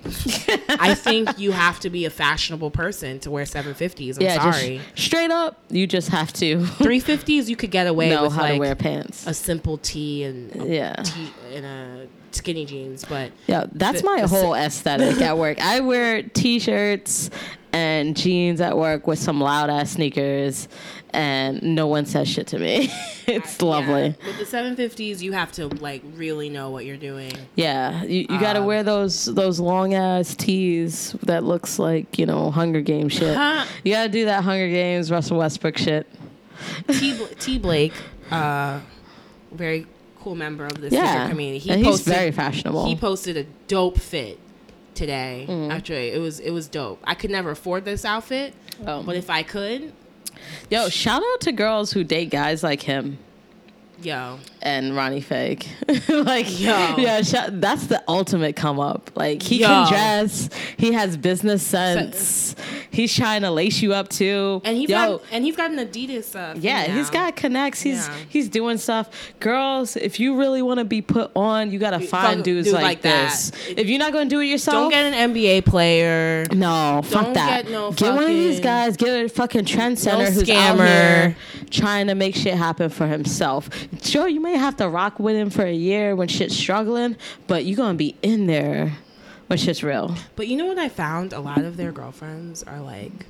I think you have to be a fashionable person to wear 750s. I'm
yeah,
sorry.
just straight up, you just have to
350s you could get away
know
with
how
like
to wear pants.
a simple tee and a
Yeah.
tee and a skinny jeans, but
Yeah, that's
the-
my
the si-
whole aesthetic at work. I wear t-shirts and jeans at work with some loud ass sneakers, and no one says shit to me. it's lovely.
Yeah, with the 750s you have to like really know what you're doing.
Yeah, you, you got
Um,
to wear those those long ass tees that looks like you know Hunger Games shit.
Huh.
You got to do that Hunger Games Russell Westbrook shit.
T, Bla- T Blake, uh, very cool member of this
Yeah,
community. He
and he's
posted
very fashionable.
He posted a dope fit today.
Mm.
Actually, it was it was dope. I could never afford this outfit,
Oh.
but if I could,
Yo, shout out to girls who date guys like him.
yo,
and Ronnie Fake. like,
Yo.
yeah, sh- that's the ultimate come up. Like, he
Yo.
can dress, he has business sense, he's trying to lace you up too.
and he
Yo,
got, and he's got an Adidas. Uh, thing
yeah, he's
now.
got connects. He's
Yeah.
he's doing stuff. Girls, if you really want to be put on, you gotta find
fuck
dudes
dude
like,
like that.
this. If you're not gonna do it
Don't
yourself,
get an NBA player.
no, fuck
Don't
that.
get no
one of these
fucking-
guys. Get a fucking trendsetter
No
who's out
scammer.
here trying to make shit happen for himself. Sure, you may have to rock with him for a year when shit's struggling, but you're gonna be in there when shit's real.
But you know what I found? A lot of their girlfriends are like,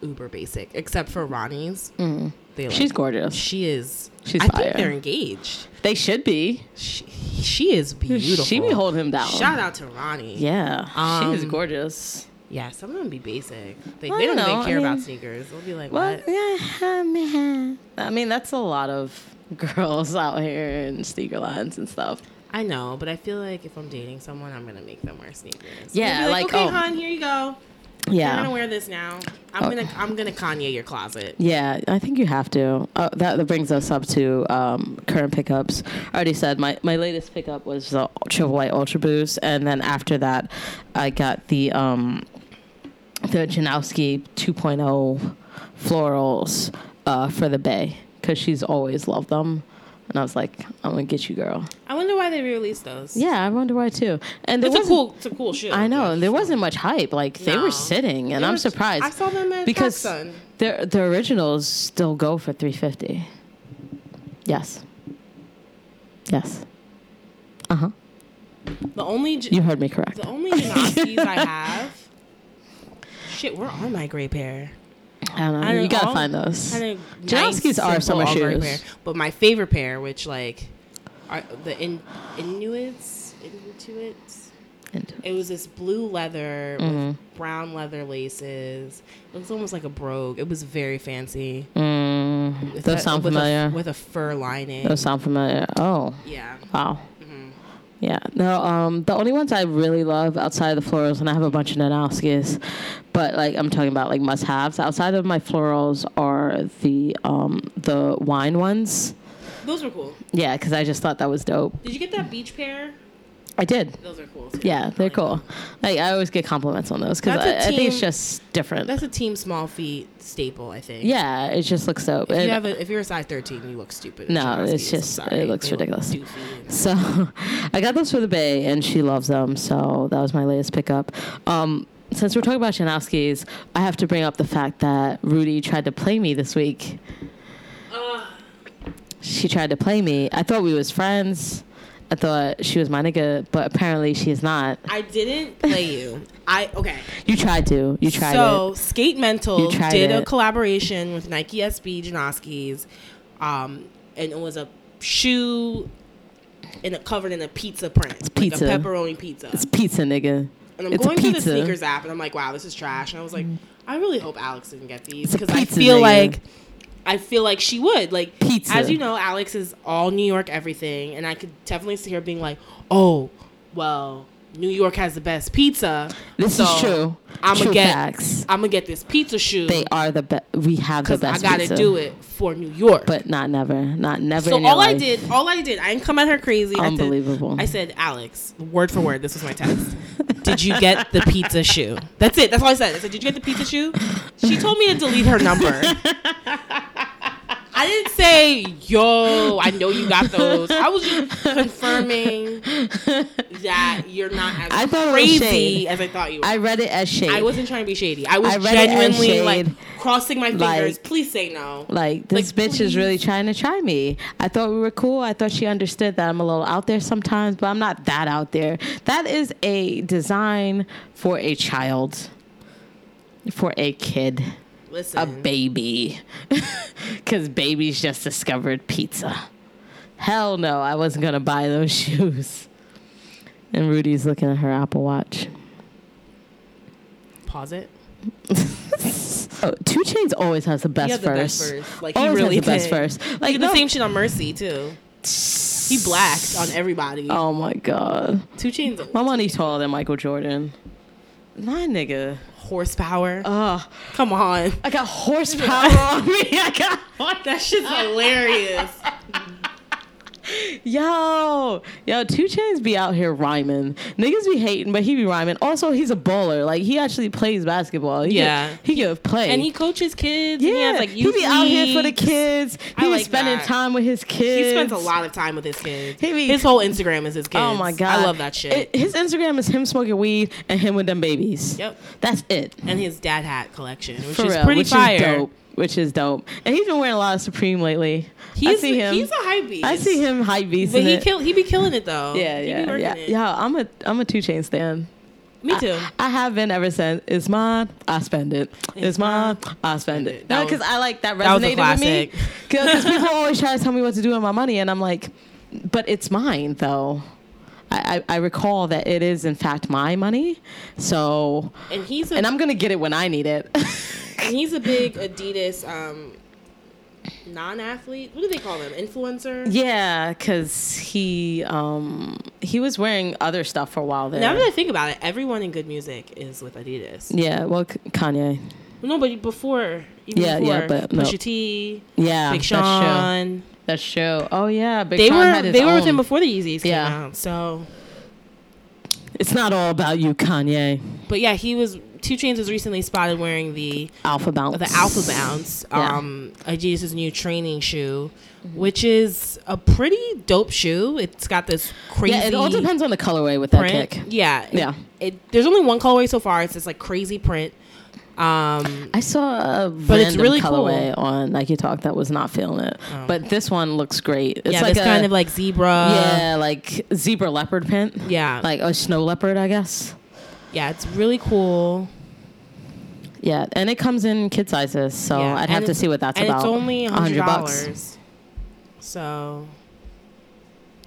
uber basic, except for Ronnie's. They like,
Mm. She's gorgeous.
she is.
She's
I
fire.
think they're engaged.
They should be.
She, she is beautiful.
She be holding him down.
Shout out to Ronnie.
Yeah, she is
Um,
gorgeous.
Yeah, some of them be basic. They,
I
they don't
don't know.
even
I
care about
mean-
sneakers. They'll be like,
Well,
what?
yeah, I mean, I mean, that's a lot of girls out here in sneaker lines and stuff.
I know, but I feel like if I'm dating someone, I'm gonna make them wear sneakers.
Yeah,
They'll be
like,
okay,
oh.
hon, here you go. You're gonna
Yeah,
wear this now. I'm gonna I'm gonna Kanye your closet.
yeah, I think you have to. Uh, that, that brings us up to um, current pickups. I already said my, my latest pickup was the Triple White Ultra Boost, and then after that, I got the um, the Janowski 2.0 florals uh, for the Bay because she's always loved them, and I was like, I'm gonna get you, girl.
I wonder why they released those.
Yeah, I wonder why too. And there
It's a
wasn't-
cool, it's a cool shoe.
I know there wasn't much hype. Like they
No.
were sitting, and
They
I'm
were-
surprised.
I saw them at
because
PacSun.
their the originals still go for 350. Yes. Yes. Uh huh.
The only j-
You heard me correct.
the only Janoskis I have. Shit, where are my gray pair?
I don't know.
I don't
you gotta
all-
find those.
I don't-
Janoskis are
simple
summer
all gray
shoes.
pair. But my favorite pair, which like are the in, Inuits, Inuits.
And-
It was this blue leather
Mm-hmm.
with brown leather laces. It was almost like a brogue. It was very fancy.
Mm,
With
those
a-
sound
with a-
familiar.
with a fur lining.
those sound familiar. Oh.
yeah.
Wow. Yeah. No, um, the only ones I really love outside of the florals, and I have a bunch of Nanowskis, but like I'm talking about like must haves. Outside of my florals are the um, the wine ones.
Those were cool.
Yeah, because I just thought that was dope.
Did you get that beach pair?
I did.
Those are cool. Too.
Yeah,
I
they're
like
cool.
them.
Like I always get compliments on those because
That's a
I, I think it's
team-
just different.
That's a team small feet staple, I think.
Yeah, it just looks dope.
If,
And-
you have a, if you're a size 13, you look stupid. in
No,
Janoskis.
it's
I'm
just-
sorry.
it looks
They look
ridiculous.
doofy and-
So I got those for the Bay, and she loves them. So that was my latest pickup. Um, since we're talking about Shanowskis, I have to bring up the fact that Rudy tried to play me this week.
Ah.
She tried to play me. I thought we was friends. I thought she was my nigga, but apparently she is not.
I didn't play you. I okay.
You tried to. You tried
so
it.
Skate Mental
You tried
did a
it.
collaboration with Nike SB Janoskis, um, and it was a shoe in a, covered in a pizza print, it's
pizza.
like a pepperoni pizza.
It's pizza, nigga.
and I'm
it's
going
a
through the
pizza.
sneakers app, and I'm like, wow, this is trash. And I was like, I really hope Alex didn't get these
It's a
because I
pizza,
feel
nigga.
like. I feel like she would like
Pizza.
As you know, Alex is all New York everything, and I could definitely see her being like, "Oh, well, New York has the best pizza."
This
so
is true.
I'm
true
gonna get
facts.
I'm gonna get this pizza shoe
They are the best. We have the
because I
best.
gotta
pizza.
do it for New York.
but not never, not never.
so
in your
all I
life.
did, all I did, I didn't come at her crazy. I said-
Unbelievable.
I said, Alex, word for word, this was my text. did you get the pizza shoe? That's it. That's all I said. I said, did you get the pizza shoe? She told me to delete her number. I didn't say, yo, I know you got those. I was just confirming that you're not as
I thought it was
crazy
shade.
as I thought you were.
I
I,
read it as shade.
wasn't trying to be shady. I was
I read it as
genuinely like
shade.
crossing my fingers.
Like-
please say no.
like this
Like,
bitch is really trying to try me. I thought we were cool. I thought she understood that I'm a little out there sometimes, but I'm not that out there. That is a design for a child, for a kid,
Listen.
a baby, because babies just discovered pizza. Hell no, I wasn't gonna buy those shoes. And Rudy's looking at her Apple Watch.
pause it.
Oh, Two Chains always has the best
had the best
verse.
verse. Like, he
always
really
has the best
did.
verse.
Like
Like
the
no-
same shit on Mercy too. He blacked on everybody.
Oh my god,
Two chains of
my money's taller than Michael Jordan. My nigga.
horsepower.
Ugh.
Come on.
I got horsepower on me. I got
That shit's hilarious.
yo, yo. Two Chains be out here rhyming. Niggas be hating, but he be rhyming. Also, he's a bowler. Like he actually plays basketball. He
Yeah.
can, he can play.
And he coaches kids.
yeah,
and he has like
he
youth
be out here for the
leagues.
kids. He
I
was
like
spending
that.
time with his kids.
He spends a lot of time with his kids.
He be-
his whole Instagram is his kids.
Oh my god,
I love that shit.
It- his Instagram is him smoking weed and him with them babies.
Yep.
that's it.
and his dad hat collection, which
For
is
real,
pretty
which
fire.
is dope. Which is dope. And he's been wearing a lot of Supreme lately.
He's
I see him.
he's a hype beast.
I see him hype beast.
But
in
he
it.
kill he be killing it though.
Yeah,
he
yeah,
be working
yeah.
It.
Yeah, I'm a I'm a two chain stan.
Me too.
I have been ever since. It's mine. I spend it. It's mine. I spend it.
That
No,
was-
because I like that
that was a
resonated with me.
classic.
Because people always try to tell me what to do with my money, and I'm like, but it's mine though. I, I, I recall that it is in fact my money. So,
And he's a
and I'm gonna get it when I need it.
and he's a big Adidas um non-athlete. What do they call them? Influencer.
yeah, because he um he was wearing other stuff for a while there.
Now that I think about it, everyone in good music is with Adidas.
yeah, well, K- Kanye.
No, but before, even
Yeah,
before,
yeah, but no.
Pusha T,
Yeah,
Big
that's true.
Sean,
That's true. Oh yeah, Big
they
Sean
were
had his
they were with
own.
him before the Yeezys
Yeah.
came out. So,
It's not all about you, Kanye.
but yeah, he was. Two Chainz was recently spotted wearing the
Alpha bounce.
the Alpha Bounce,
Yeah.
um, Adidas's new training shoe, which is a pretty dope shoe. It's got this crazy.
Yeah, it all depends on the colorway with that
print.
kick.
Yeah, it-
Yeah.
It, there's only one colorway so far. It's this like crazy print. Um,
I saw a
it's
random
really Oh.
colorway on Nike Talk that was not feeling it, but this one looks great. It's
yeah,
like
this
a,
kind of like uh, zebra.
yeah, like zebra leopard print,
yeah,
like a snow leopard, I guess.
yeah. It's really cool.
Yeah, and it comes in kid sizes, so
yeah.
I'd
And
have to
it's-
see what that's
and
about.
it's only hundred
$100 bucks.
dollars. So,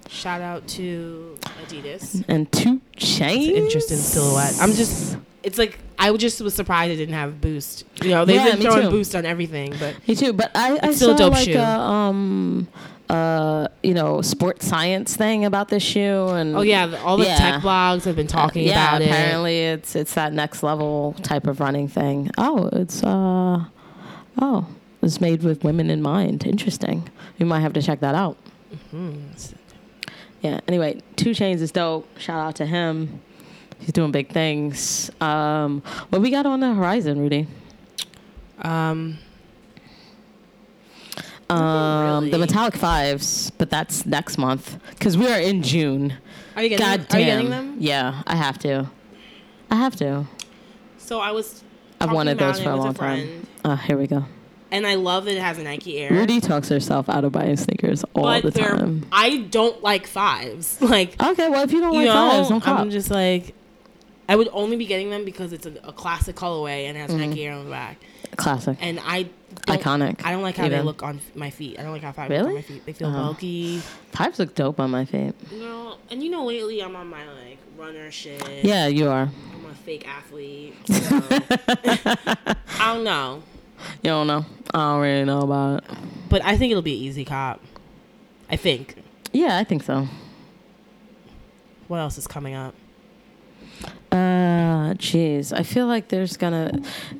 shout out to Adidas.
and two chains.
Interesting silhouette. I'm just. It's like I was just was surprised it didn't have Boost. You know, they've
Yeah,
been
me
throwing
too.
Boost on everything, but
Me too, but I, I
It's still a
saw
dope
like
shoe.
a um uh you know sports science thing about this shoe and
oh yeah, the- all the
Mm, Yeah. Uh,
tech blogs have been talking
yeah,
about it.
apparently it's it's that next level type of running thing. Oh, it's uh oh it's made with women in mind. Interesting. We might have to check that out.
Mm.
Yeah. Anyway, Two Chains is dope. Shout out to him. He's doing big things. Um, what we got on the horizon, Rudy?
Um,
Um, The
really.
Metallic Fives, but that's next month because we are in June.
are you getting?
God
are you
damn.
getting them?
Yeah, I have to. I have to.
So I was.
I've
talking
wanted
about
those
it
for a
with
long time.
friend,
Oh, here we go.
And I love that it has a Nike Air.
Rudy talks herself out of buying sneakers all
but
the
they're-
time.
I don't like fives. Like
Okay, well if you don't
you
like
know,
fives, don't cop.
I'm just like. I would only be getting them because it's a, a classic colorway and it has
Mm-hmm.
Nike Air on the back.
Classic,
And I don't-
iconic.
I don't like how they
even.
look on f- my feet. I don't like how fives look
Really?
on my feet. They feel
Uh-huh.
bulky.
Fives look dope on my feet.
You know, and you know, lately I'm on my like runner shit.
Yeah, you are.
I'm a fake athlete. So. I don't know,
You don't know. I don't really know about it.
but I think it'll be an easy cop. I think.
Yeah, I think so.
What else is coming up?
Uh, jeez, I feel like there's gonna.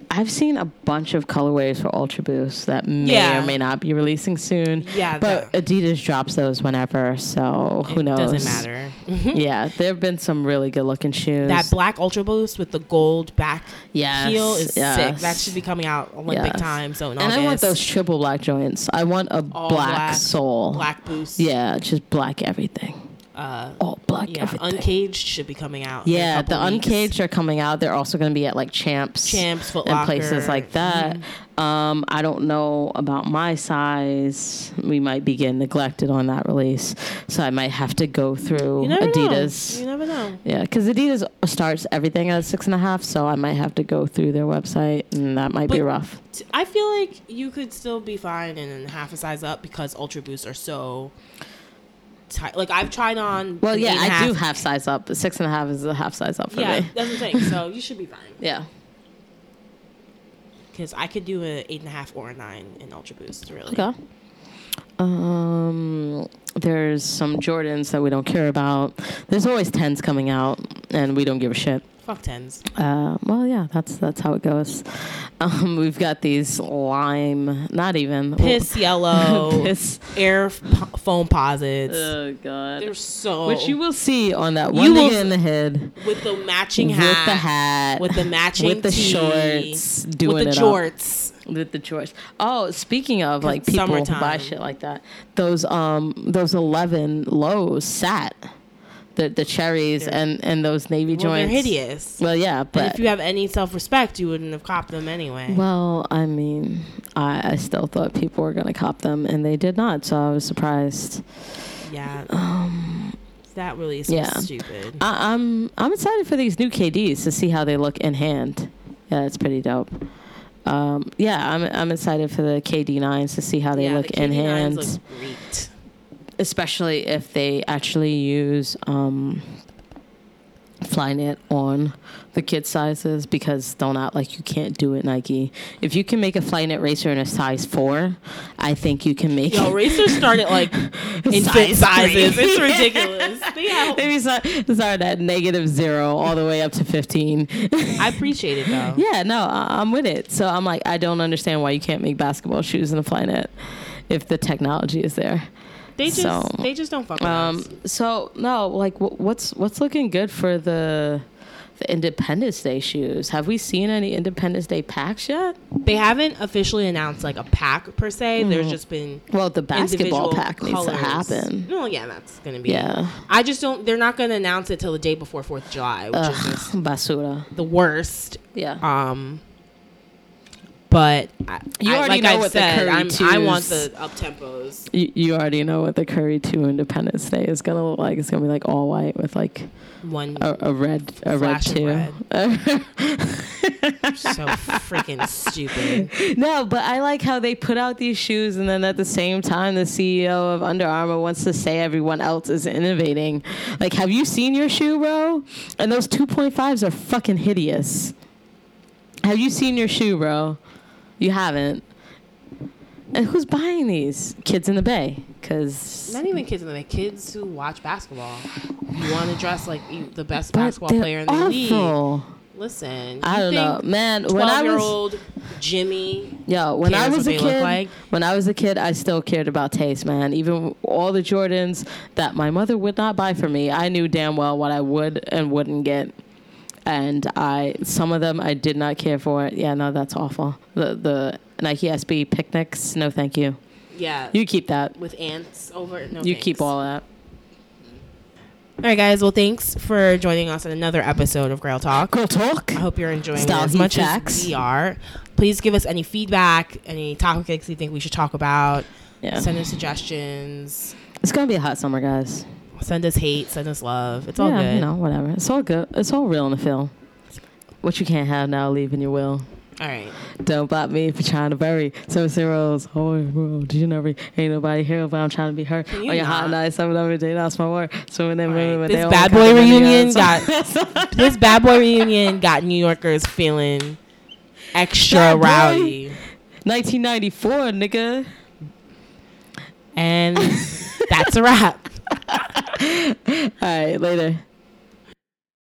I've seen a bunch of colorways for Ultra Boost that may
Yeah.
or may not be releasing soon.
Yeah,
but Adidas drops those whenever, so who
it
knows?
Doesn't matter.
Yeah, there have been some really good looking shoes.
that black Ultra Boost with the gold back
Yes,
heel is sick. That
yes.
should be coming out Olympic
Yes.
time. So in
and I want
August.
those triple black joints. I want a black,
black,
sole.
black boost.
Yeah, just black everything.
Uh,
All black
yeah.
everything.
Uncaged should be coming out. in a
yeah,
couple
the
weeks.
uncaged are coming out. They're also going to be at like Champs,
Champs, Foot
and places
Locker. Mm-hmm.
like that. Um, I don't know about my size. We might be getting neglected on that release, so I might have to go through
You never
Adidas.
Know. You never know.
Yeah, because Adidas starts everything at six and a half, so I might have to go through their website, and that might be
But-
rough.
T- I feel like you could still be fine and then half a size up because Ultra Boosts are so tight. Like I've tried on.
Well,
an
yeah,
eight and a
I do
half-
half size up. but Six and a half is a half size up for
Yeah,
me.
that's the thing. So you should be fine
Yeah.
because I could do an eight and a half or a nine in Ultra Boost. Really.
Okay. Um, there's some Jordans that we don't care about. There's always tens coming out, and we don't give a shit.
Fuck tens.
Uh, well, yeah, that's that's how it goes. Um, we've got these lime, not even
Piss yellow.
piss.
Air po- foam posits.
Oh
They're
god.
so
Which you will see on that one
You will
nigga in the head
with the matching
with
hat,
the hat,
with the matching
with the
tee,
shorts, doing
with the
it up.
jorts.
with the choice. Oh, speaking of like people who buy
summertime.
shit like that, those um those eleven lows sat the the cherries and and those navy
Well, they're
joints.
hideous.
Well, yeah,
and
but
if you have any self respect, you wouldn't have copped them anyway.
well, I mean, I, I still thought people were gonna cop them, and they did not. So I was surprised.
yeah. That really is
Um, Yeah.
stupid.
I, I'm I'm excited for these new KDs to see how they look in hand. Yeah, that's pretty dope. Um, yeah, I'm I'm excited for the KD nines to see how they
yeah,
look
the
in hand,
KD9s look great.
especially if they actually use um, Flynet on the kid sizes because don't act like you can't do it, Nike. If you can make a Flynet racer in a size four, I think you can make
Yo,
it.
racers started like infant
Size three.
sizes. It's ridiculous. They have-
Maybe start, start at negative zero all the way up to 15.
I appreciate it though.
Yeah, no, I- I'm with it. So I'm like, I don't understand why you can't make basketball shoes in a Flynet if the technology is there.
They just
So,
they just don't fuck with
Um,
us.
so no, like, wh- what's what's looking good for the the Independence Day shoes? Have we seen any Independence Day packs yet?
They haven't officially announced like a pack per se.
Mm-hmm.
There's just been
Well, the basketball
individual
pack needs to
colors.
happen.
Well, yeah, that's gonna be.
Yeah,
I just don't. They're not gonna announce it till the day before Fourth of July, which is just
basura.
the worst.
Yeah,
Um, but I,
You
I-
already
like
know
I
what the
said,
curry
I'm, I want
twos-
the up tempos.
you, you already know what the Curry Two Independence Day is gonna look like. It's gonna be like all white with like
One
a, a red, a
Flash of
red
red.
two.
so freaking stupid.
No, but I like how they put out these shoes, and then at the same time, the CEO of Under Armour wants to say everyone else is innovating. Like, have you seen your shoe, bro? And those 2.5s are fucking hideous. Have you seen your shoe, bro? You haven't. And who's buying these? Kids in the Bay. Because.
Not even kids in the day. Kids who watch basketball. You want to dress like you, the best
But
basketball
they're
player in the league.
awful.
Listen,
I
you
don't know.
think
Man, when I was.
Twelve-year-old Jimmy.
Yo, when I
cares
was
what
a
they look
kid,
like?
when I was a kid, I still cared about taste, man. Even all the Jordans that my mother would not buy for me, I knew damn well what I would and wouldn't get. And I, some of them I did not care for. Yeah, no, that's awful. The the Nike SB picnics, no, thank you.
Yeah,
You keep that.
with ants over. No,
You
thanks.
keep all that.
All right, guys. Well, thanks for joining us on another episode of Grail Talk.
Girl talk.
I hope you're enjoying
Style
it as
heat
much
facts.
as we are. Please give us any feedback, any topics you think we should talk about.
Yeah,
Send us suggestions.
it's gonna be a hot summer, guys.
Send us hate. Send us love. It's all
yeah,
good.
you know, whatever. It's all good. It's all real in the film. What you can't have now, leave in your will.
All right.
Don't bop me for trying to bury seven zeros. Oh, bro, did you know me? Ain't nobody here, but I'm trying to be hurt.
Can
On
you
your hot
not?
night, seven every day, that's my word. Swimming in
All right.
moon, but
This
they don't
bad
come
boy
to me,
reunion
yeah,
got this bad boy reunion got New Yorkers feeling extra
Bad boy.
rowdy,
1994, nigga.
and that's a wrap.
All right, later.